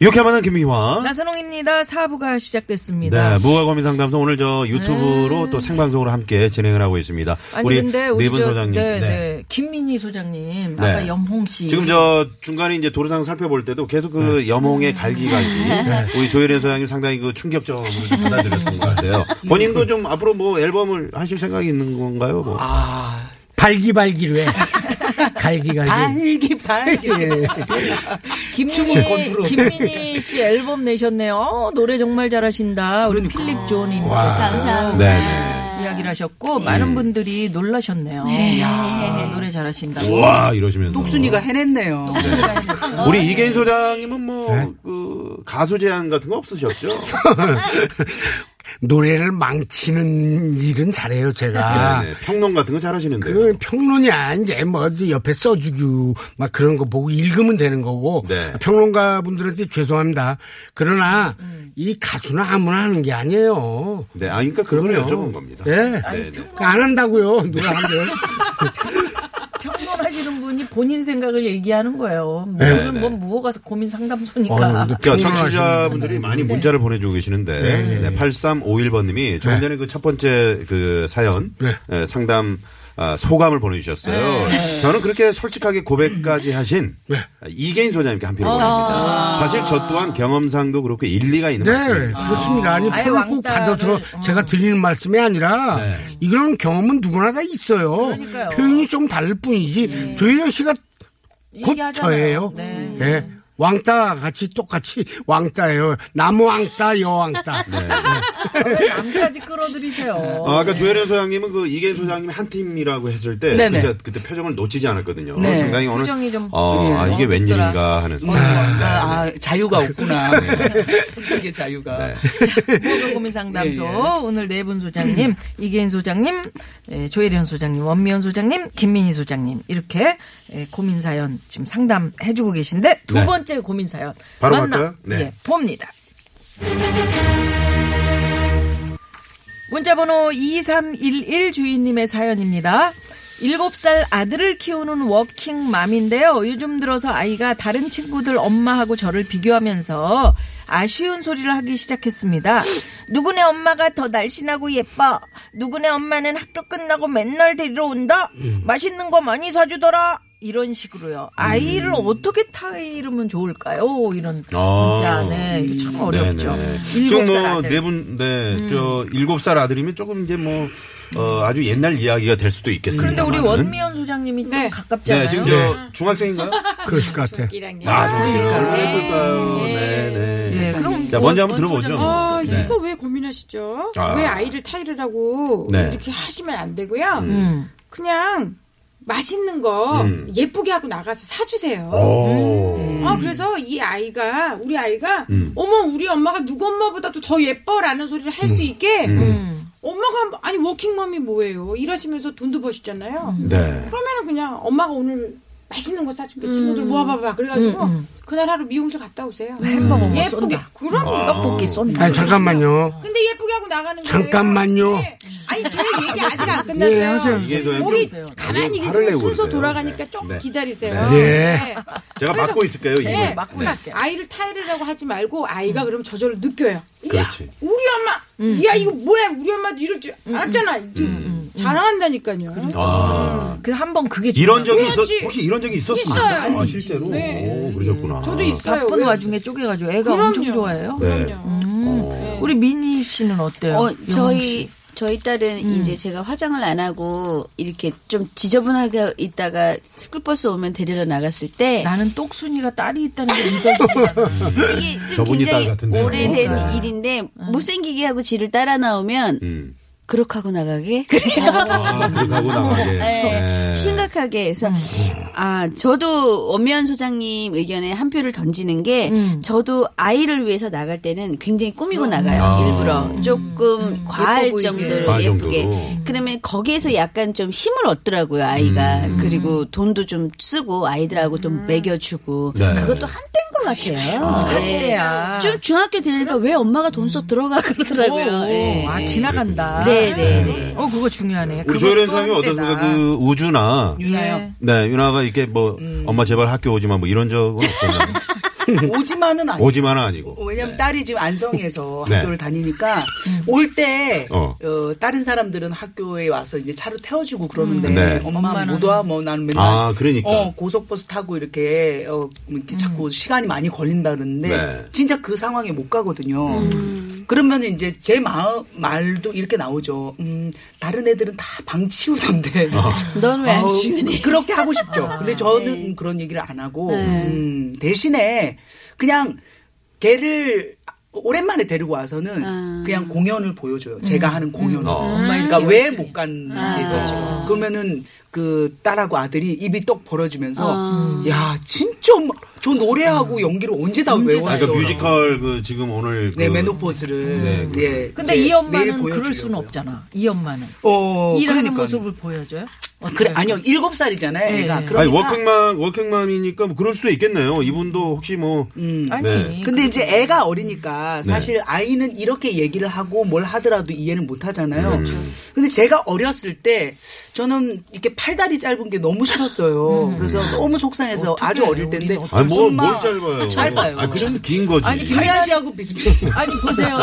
이렇게 만난 김미화. 나선홍입니다. 사부가 시작됐습니다. 네, 무화 고민 상담소 오늘 저 유튜브로 또 생방송으로 함께 진행을 하고 있습니다. 음. 아니 근데 우리 네분 저- 소장님. 네. 네, 네. 김민희 소장님, 네. 아까 염홍 씨. 지금 저 중간에 이제 도로상 살펴볼 때도 계속 그 네. 여몽의 음. 갈기갈기 네. 우리 조혜련 소장님 상당히 그 충격적으로 좀 받아들였던 것 같아요. 본인도 좀 앞으로 뭐 앨범을 하실 생각이 있는 건가요? 뭐. 아. 발기발기로 해. 갈기갈기. 발기 발기. 김민희 김민희 씨 앨범 내셨네요. 어, 노래 정말 잘하신다. 우리 그러니까. 필립 존님께서 네, 네. 이야기를 하셨고 많은 분들이 놀라셨네요. 이야, 노래 잘하신다. 와 이러시면서. 똑순이가 해냈네요. 네. 우리 이계인 소장님은 뭐 그 가수 제안 같은 거 없으셨죠? 노래를 망치는 일은 잘해요, 아. 제가. 네, 네. 평론 같은 거 잘하시는데요. 그 평론이야 이제 뭐 어디 옆에 써주고 막 그런 거 보고 읽으면 되는 거고 네. 평론가 분들한테 죄송합니다. 그러나 이 가수는 아무나 하는 게 아니에요. 네, 아, 그러니까 그걸 그럼요. 여쭤본 겁니다. 예. 네, 네. 그러니까 안 한다고요. 누가 하면. 평론하시는 분이 본인 생각을 얘기하는 거예요. 네, 오늘 네. 뭐 무허 가서 고민 상담소니까. 어휴, 근데 그러니까 평론하시는 청취자분들이 많이 문자를 보내주고 계시는데 네, 네. 8351번님이 조금 네. 전에 그 첫 번째 그 사연 네. 예, 상담 아, 소감을 보내주셨어요. 예. 저는 그렇게 솔직하게 고백까지 하신 네. 이계인 소장님께 한 표를 보냅니다. 아. 사실 저 또한 경험상도 그렇고 일리가 있는 네, 말씀입니다. 그렇습니다. 아니, 아예 표를 꼭 왕따를, 받아서 제가 드리는 말씀이 아니라, 네. 이런 경험은 누구나 다 있어요. 그러니까요. 네. 표현이 좀 다를 뿐이지, 조혜련 씨가 곧 얘기하잖아요. 저예요. 네. 예. 왕따 같이 똑같이 왕따예요. 나무 왕따, 여 왕따. 네. 남까지 끌어들이세요. 아, 아까 조혜련 소장님은 그 이계인 소장님이 한 팀이라고 했을 때 네네. 진짜 그때 표정을 놓치지 않았거든요. 네. 상당히 오늘 표정이 좀 예. 네. 어, 아, 이게 어둡더라. 웬일인가 하는. 뭐, 아, 자유가 없구나. 선택의 자유가. 네. 모든 고민 상담소 예, 예. 오늘 네 분 소장님 이계인 소장님 예, 조혜련 소장님 원미연 소장님 김민희 소장님 이렇게 예, 고민 사연 지금 상담해주고 계신데 두 네. 번째 고민 사연 바로 만나 갈까요? 네. 예, 봅니다. 문자번호 2311 주인님의 사연입니다. 7살 아들을 키우는 워킹맘인데요. 요즘 들어서 아이가 다른 친구들 엄마하고 저를 비교하면서 아쉬운 소리를 하기 시작했습니다. 누구네 엄마가 더 날씬하고 예뻐. 누구네 엄마는 학교 끝나고 맨날 데리러 온다. 음. 맛있는 거 많이 사주더라. 이런 식으로요. 아이를 어떻게 타이르면 좋을까요? 이런 음. 아. 문자. 네, 이거 참 어렵죠. 음. 네네. 일곱 살 지금 뭐 아들. 음. 네 분, 네, 저 일곱 살 아들이면 조금 이제 뭐 어, 아주 옛날 이야기가 될 수도 있겠습니다. 그런데 우리 원미연 소장님이 좀 가깝지 않아요? 음. 네, 지금 저 중학생인가요? 그러실 것 같아. 아, 정말 얼마나 예쁠까요? 네, 네. 네, 그럼 자, 먼저 한번 들어보죠. 아, 예. 네. 이거 왜 고민하시죠? 아. 왜 아이를 타이르라고 네. 이렇게 하시면 안 되고요. 음. 그냥 맛있는 거 음. 어. 예쁘게 하고 나가서 사주세요. 음. 오. 아, 그래서 이 아이가, 우리 아이가, 음. 어머, 우리 엄마가 누구 엄마보다도 더 예뻐라는 소리를 할 수 있게, 음. 엄마가, 한 번- 아니, 워킹맘이 뭐예요? 일하시면서 돈도 버시잖아요. 네. 그러면은 그냥 엄마가 오늘 맛있는 거 사줄게. 친구들 모아봐봐. 그래가지고, 그날 하루 미용실 갔다 오세요. 햄버거 뭐 예쁘게. 쏜다. 그럼 떡볶이 쏜다. 음. 아니, 잠깐만요. 근데 예쁘게 하고 나가는 거예요. 잠깐만요. 네. 아니 제 얘기 아직 안 끝났어요. 예, 하세요. 이게 더 우리 좀- 가만히 화를 계시면 내고 순서 그러세요. 돌아가니까 네. 조금 네. 기다리세요. 네. 제가 맡고 있을까요, 이분? 네. 맡고 그러니까 있을게요. 아이를 타이르라고 하지 말고 아이가 그럼 저절로 느껴요. 그렇지. 야, 우리 엄마. 음. 야 이거 뭐야? 우리 엄마도 이럴 줄 알았잖아. 이제 자랑한다니까요. 그러니까. 아. 그 한 번 그게 이런 적이 있었, 그렇지. 혹시 이런 적이 있었습니까? 있어요. 아, 실제로? 네. 오, 그러셨구나. 저도 있어요. 바쁜 왜? 와중에 쪼개가지고 애가 그럼요. 엄청 좋아해요. 네. 그럼요. 어. 우리 민희 씨는 어때요? 어, 영웅 저희 씨. 음. 저희 딸은 이제 제가 화장을 안 하고 이렇게 좀 지저분하게 있다가 스쿨버스 오면 데리러 나갔을 때 나는 똑순이가 딸이 있다는 게 네. 이거 이게 좀 네. 저분이 딸 굉장히 같은데요. 오래된 네. 네. 일인데 못생기게 하고 지를 따라 나오면 음. 그렇게 하고 나가게 그래요. 아, 그렇게 하고 나가게. 네, 네. 심각하게 해서 음. 아 저도 엄미연 소장님 의견에 한 표를 던지는 게 음. 저도 아이를 위해서 나갈 때는 굉장히 꾸미고 나가요 아. 일부러 조금 음. 과할 예뻐 보이게. 정도로 과할 예쁘게 정도로. 그러면 거기에서 약간 좀 힘을 얻더라고요 아이가 음. 그리고 돈도 좀 쓰고 아이들하고 음. 좀 먹여주고 네. 그것도 한때인 것 같아요 한때야. 좀 중학교 되니까 왜 엄마가 돈 써 들어가 그러더라고요 오, 예. 아 지나간다. 네네네 어 그거 예. 중요하네. 우리 조혜련 선생님 어떻습니까? 그 우주나 유나요. 네 유나가 이렇게 뭐 엄마 제발 학교 오지 마 뭐 이런 적은 없었나요? 오지만은 아니고. 오지만은 아니고. 왜냐면 딸이 지금 안성에서 네. 학교를 다니니까 올 때 어. 어. 다른 사람들은 학교에 와서 이제 차로 태워주고 그러는데 음. 네. 엄마 못 와. 뭐 나는 맨날 아, 그러니까. 어, 고속버스 타고 이렇게 어, 이렇게 자꾸 시간이 많이 걸린다 그러는데 네. 진짜 그 상황에 못 가거든요. 그러면 이제 제 마음 말도 이렇게 나오죠. 음, 다른 애들은 다 방 치우던데 어. 넌 왜 안 아우, 치우니? 그렇게 하고 싶죠. 근데 저는 네. 그런 얘기를 안 하고 음, 대신에 그냥 걔를 오랜만에 데리고 와서는 아. 그냥 공연을 보여줘요. 제가 음. 하는 공연을. 어. 그러니까 왜 못 갔는지. 아. 그렇죠. 그러면은 그 딸하고 아들이 입이 떡 벌어지면서 아. 야 진짜 엄마, 저 음. 노래하고 연기를 언제 다 아, 외웠어. 그러니까 뮤지컬 그 지금 오늘 그 네 메노포즈를. 네, 그- 예, 근데 이제 이 내일 엄마는 그럴 보여주려고요. 수는 없잖아. 이 엄마는 어, 일하는 그러니까. 모습을 보여줘요. 그래 아니요 일곱 살이잖아요. 네. 애가. 아니, 그러니까 아니 워킹맘 워킹맘이니까 뭐 그럴 수도 있겠네요. 이분도 혹시 뭐 음. 아니. 네. 근데 이제 애가 어리니까 사실 아이는 이렇게 얘기를 하고 뭘 하더라도 이해를 못 음. 하잖아요. 근데 제가 어렸을 때 저는 이렇게 팔다리 짧은 게 너무 싫었어요. 그래서 너무 속상해서 아주 음. 어릴 때인데 음. 아니 뭐, 무슨 뭘 마- 짧아요? 네. 짧아요. 아그 정도 긴 거지. 아니, 김- 김미아 씨하고 비슷비슷. 아니 보세요.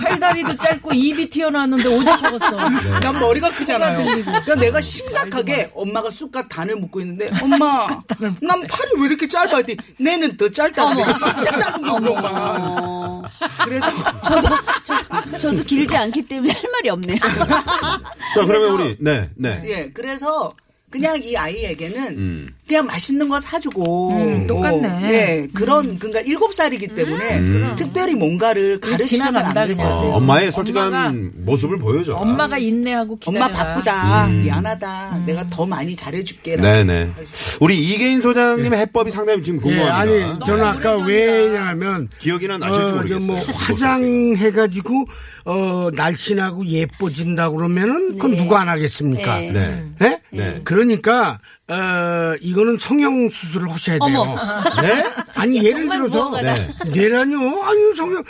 팔다리도 짧고 입이 튀어나왔는데 오죽 먹었어. 네. 난 그러니까 머리가 크잖아요. 그러니까 내가 심각하게 엄마가 쑥갓 단을 묶고 있는데 엄마 난 팔이 왜 이렇게 짧아? 했더니 내는 더 짧다. 내가 진짜 짧은 거 우리 엄마. 어, 그래서 저도, 저, 저도 길지 않기 때문에 할 말이 없네요. 자 그러면 우리 네 네. 예, 그래서 그냥 이 아이에게는 음. 그냥 맛있는 거 사주고 음, 똑같네. 음. 예, 그런 그러니까 일곱 살이기 때문에 특별히 뭔가를 가르치면 안 지나간다, 되는 그냥. 것 같아요. 어, 엄마의 솔직한 엄마가- 모습을 보여줘. 엄마가 인내하고 기다려. 엄마 바쁘다, 미안하다, 음. 내가 더 많이 잘해줄게. 음. 네네. 우리 이계인 소장님의 해법이 상당히 지금 예, 궁금합니다. 아니 저는 아까 왜냐하면 기억이나 나실지 어, 모르겠어요. 저뭐 화장해가지고 어 날씬하고 예뻐진다 그러면은 네. 그건 누가 안 하겠습니까? 네. 네. 네? 네. 그러니까 어 이거는 성형 수술을 하셔야 돼요. 네? 아니 예를 들어서 무언가다. 네. 얘라뇨? 아유 성형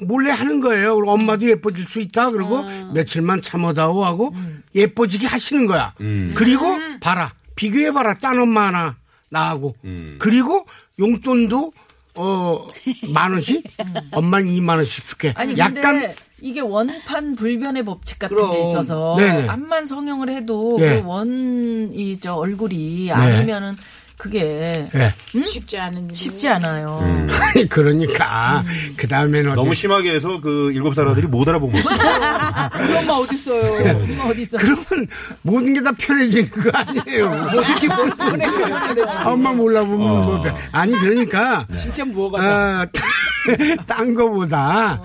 몰래 하는 거예요. 그리고 엄마도 예뻐질 수 있다. 그리고 며칠만 참아다오 하고 예뻐지게 하시는 거야. 음. 그리고 봐라 비교해 봐라 딴 엄마 하나 나하고 음. 그리고 용돈도 어 만 원씩 엄마는 2만 원씩 줄게. 아니 근데 약간 이게 원판 불변의 법칙 같은 그럼. 게 있어서 네네. 암만 성형을 해도 그 예. 그원이 저 네. 얼굴이 아니면은 그게 예. 음. 쉽지 않은 일. 쉽지 않아요. 음. 그러니까 그 다음에는 너무 심하게 해서 그 일곱 살 아들이 못 알아본 거죠. 우리 엄마 어딨어요? 이거 어디 있어? 네. 그러면 모든 게 다 편해지는 거 아니에요. 아, 엄마 몰라보면 어. 네. 뭐. 아니, 그러니까. 진짜 아, 무어가 어, 딴 거보다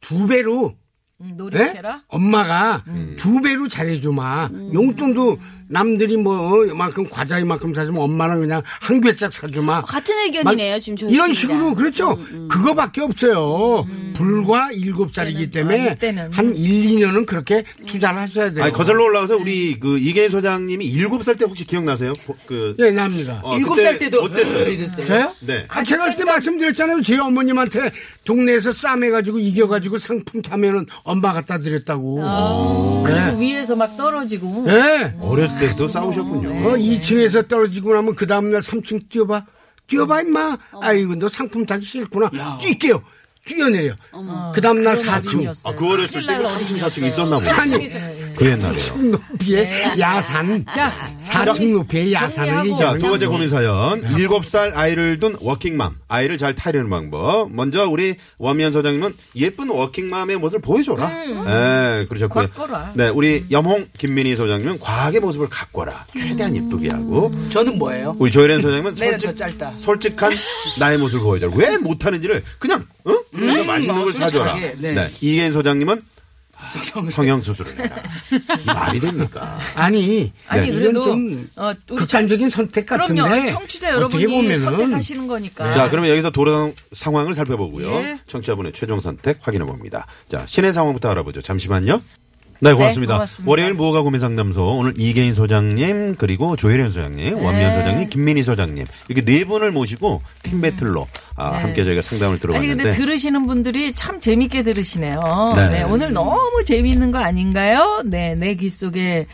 두 배로. 음, 예? 노력해라. 엄마가 음. 두 배로 잘해주마. 용돈도 남들이 뭐, 어, 이만큼 과자 이만큼 사주면 엄마는 그냥 한 괴짜 사주마. 같은 의견이네요, 막 지금 저희. 이런 식으로 그렇죠. 음, 그거밖에 없어요. 불과 일곱 살이기 때는, 아, 때문에 이때는. 한 1, 2년은 그렇게 투자를 하셔야 돼요. 아니 거절로 올라가서 우리 그 이계인 소장님이 일곱 살 때 혹시 기억나세요? 보- 그 예, 납니다. 어, 일곱 그때 살 때도 음, 어땠어요? 이랬어요. 저요? 네. 아, 제가 그때 말씀드렸잖아요. 제 어머님한테 동네에서 싸매가지고 이겨가지고 상품 타면은 엄마 갖다 드렸다고. 그리고 네. 위에서 막 떨어지고 네. 어렸을 때부터 싸우셨군요. 어, 2층에서 떨어지고 나면 그 다음날 3층 뛰어봐. 뛰어봐, 임마. 아이고, 너 상품 타기 싫구나. 뛸게요. 뛰어내려. 그 다음날 4층. 어른이었어요. 아, 그 어렸을 때 큰일 날 3층, 어른이었어요. 4층 있었나 보다. 아니, 그 옛날에요. 높이의 야산. 네. 자, 4층 높이의 야산을 정리하고. 이제. 자, 두 번째 고민 사연. 일곱 살 아이를 둔 워킹맘. 아이를 잘 타려는 방법. 먼저 우리 원미연 소장님은 예쁜 워킹맘의 모습을 보여줘라. 예, 그러셨고요. 가꿔라. 네, 우리 염홍 김민희 소장님은 과학의 모습을 가꿔라. 최대한 이쁘게 하고. 저는 뭐예요? 우리 조혜련 소장님은 내는 솔직, 더 짧다. 솔직한 나의 모습을 보여줘라. 왜 못하는지를 어? 그냥, 응? 그냥 맛있는 걸 솔직하게, 사줘라. 네. 네. 이계인 소장님은 성형 수술을 해라. 이 말이 됩니까? 아니, 아니 이건 그래도 좀 어, 우리 극단적인 선택 같은데. 그럼요. 청취자 어떻게 여러분이 보면은 선택하시는 거니까. 자, 그러면 여기서 도로 상황을 살펴보고요. 네. 예. 청취자분의 최종 선택 확인해 봅니다. 자, 시내 상황부터 알아보죠. 잠시만요. 네 고맙습니다. 고맙습니다. 월요일 무허가 고민 상담소 오늘 이계인 소장님 그리고 조혜련 소장님, 원미연 소장님, 김민희 소장님 이렇게 네 분을 모시고 팀 배틀로 아, 함께 저희가 상담을 아니 들어봤는데 근데 들으시는 분들이 참 재밌게 들으시네요. 네. 네. 오늘 너무 재미있는 거 아닌가요? 네, 내 귀 속에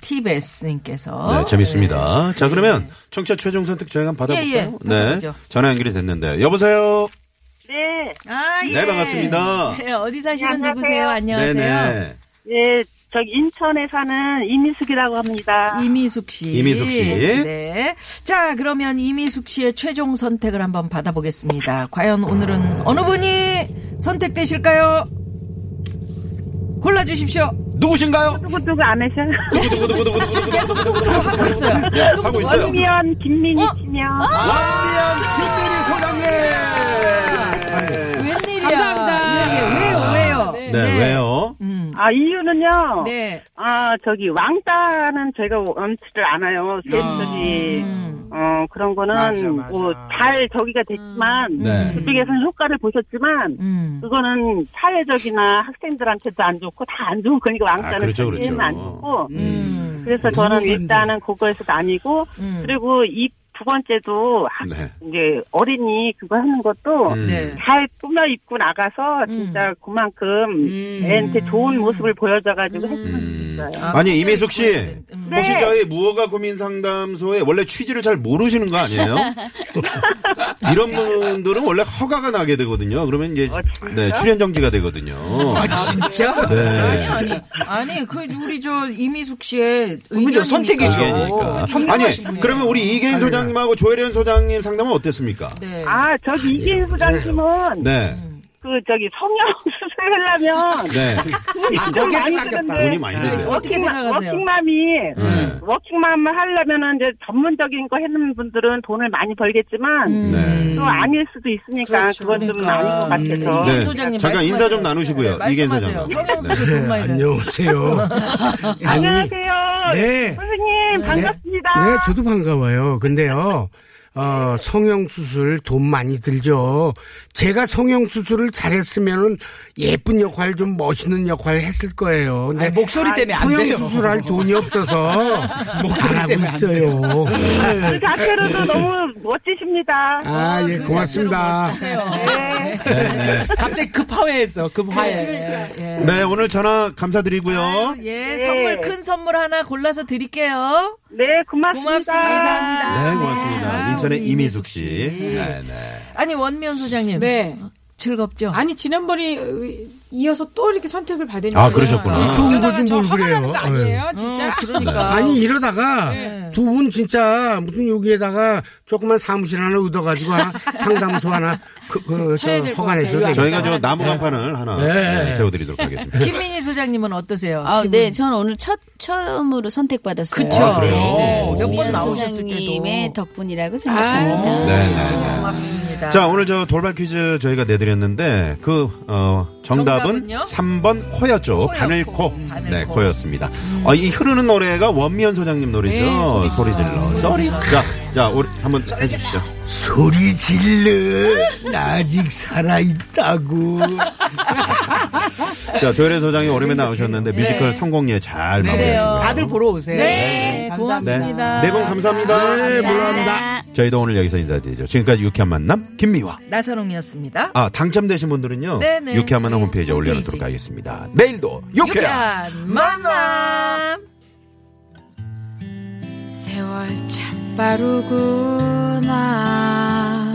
TBS 님께서 네, 재밌습니다. 자, 그러면 청취자 최종 선택 저희가 한번 예, 예. 받아볼까요? 네. 받아보죠. 전화 연결이 됐는데. 여보세요? 네, 아, 예. 네, 반갑습니다. 네, 어디 사시는 안녕하세요. 누구세요? 안녕하세요. 네네. 예, 저기 인천에 사는 이미숙이라고 합니다. 이미숙 씨. 이미숙 씨. 네. 자, 그러면 이미숙 씨의 최종 선택을 한번 받아보겠습니다. 과연 오늘은 어느 분이 선택되실까요? 골라주십시오. 누구신가요? 누구누구 아내셔? 누구누구누구누구누구. 하고 있어요. 예, 하고 있어요. 네. 원미연 원미연, 김민희 어? 치면. 김민희 소장님! 웬일이야. 감사합니다. 예, 왜요, 왜요? 네. 네, 왜요? 음. 아, 이유는요. 네. 아, 저기 왕따는 제가 원치를 않아요. 쌤들이. 음. 어, 그런 거는 맞아, 맞아. 뭐, 잘 저기가 됐지만, 음. 네. 그쪽에서는 효과를 보셨지만, 음. 그거는 사회적이나 학생들한테도 안 좋고 다 안 좋은 거니까 왕따는 아, 그렇죠, 절대는 그렇죠. 안 좋고 음. 그래서 저는 일단은 그거에서 나뉘고 음. 그리고 이 두 번째도 학- 네. 이제 어린이 그거 하는 것도 음. 네. 잘 꾸며 입고 나가서 음. 진짜 그만큼 애한테 좋은 모습을 보여줘가지고 음. 했으면 좋겠어요. 아, 니 이미숙 씨. 음. 혹시 네. 저희 무허가 고민 상담소에 원래 취지를 잘 모르시는 거 아니에요? 이런 분들은 원래 허가가 나게 되거든요. 아, 그러면 이제 네, 출연 정지가 되거든요. 진짜? 네. 아니, 아니. 아니, 그, 우리 저, 이미숙 씨의 의견이니까. 선택이죠. 의견이니까. 현명하신 아니, 그러면 우리 이계인 소장님하고 조혜련 소장님 상담은 어땠습니까? 네. 아 저기 이기인 소장님은 네. 그 저기 성형 수술하려면 네. 돈이 많이 드는데 돈이 많이 들어요. 어떻게 워킹맘- 생각하세요? 워킹맘이 네. 워킹맘을 하려면은 이제 전문적인 거 하는 분들은 돈을 많이 벌겠지만 네. 또 아닐 수도 있으니까 그건좀 아닌 것 같아서 네. 소장님 잠깐 음, 말씀하세요. 인사 좀 나누시고요. 네, 이계인 말씀하세요. 소장님. 성형수술 돈 많이 들어요. 안녕하세요. 아니, 네. 안녕하세요 네. 선생님 반갑습니다 네, 저도 반가워요. 근데요. 어, 성형수술 돈 많이 들죠. 제가 성형수술을 잘했으면은 예쁜 역할, 좀 멋있는 역할 했을 거예요. 근데 네, 목소리 때문에 뭐, 안 아, 돼요. 성형수술할 돈이 없어서 목안 하고 있어요. 그 네. 자체로도 너무 멋지십니다 아, 예, 고맙습니다. 네. 갑자기 급화해했어. 그 급화해. 네, 오늘 전화 감사드리고요. 예, 선물 큰 선물 하나 골라서 드릴게요. 네 고맙습니다. 네, 고맙습니다. 아, 인천의 우리 이미숙 씨. 네, 네. 아니 원미연 소장님. 네. 즐겁죠? 아니 지난번에 으, 이어서 또 이렇게 선택을 받으니까 아, 그러셨구나. 네. 좋은 이러다가 거지 저 뭘 허가나는 그래요. 거 아니에요, 진짜. 그러니까. 아니 이러다가 네. 두 분 진짜 무슨 여기에다가 조그만 사무실 하나 얻어가지고 하나 상담소 하나 그, 그, 저 차려야 될것 허가내셔도 같아요. 되겠다. 저희가 저 나무 간판을 하나 네. 네, 세워드리도록 하겠습니다. 김민희 소장님은 어떠세요? 아, 기분? 네, 저는 오늘 첫 처음으로 선택받았어요. 그쵸. 아, 그래요? 네, 몇번 미연 나오셨을 소장님의 때도. 덕분이라고 생각합니다. 네, 네, 네. 고맙습니다. 자, 오늘 저 돌발 퀴즈 저희가 내드렸는데 그 어, 정답은 정답은요? 3번 코였죠. 코요, 바늘 코. 코. 바늘 네, 코. 코였습니다. 어, 이 흐르는 노래가 원미연 소장님 노래죠. 네, 소리 질러. 소리. 자, 자, 우리 한번 해주시죠. 아. 소리 질러 나 아직 살아있다고 자, 조혜련 소장이 오랜만에 나오셨는데 뮤지컬 성공리에 잘 마무리하시고요. 네. 다들 보러 오세요. 네, 네, 고맙습니다. 네분 감사합니다. 감사합니다. 저희도 오늘 여기서 인사드리죠. 지금까지 유쾌한 만남 김미화. 나선홍이었습니다. 아, 당첨되신 분들은요. 네, 네. 유쾌한 만남 홈페이지에 홈페이지. 올려놓도록 하겠습니다. 내일도 유쾌한 유쾌한 만남. 세월 참 빠르구나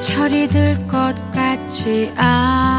철이 들 것 같지 않아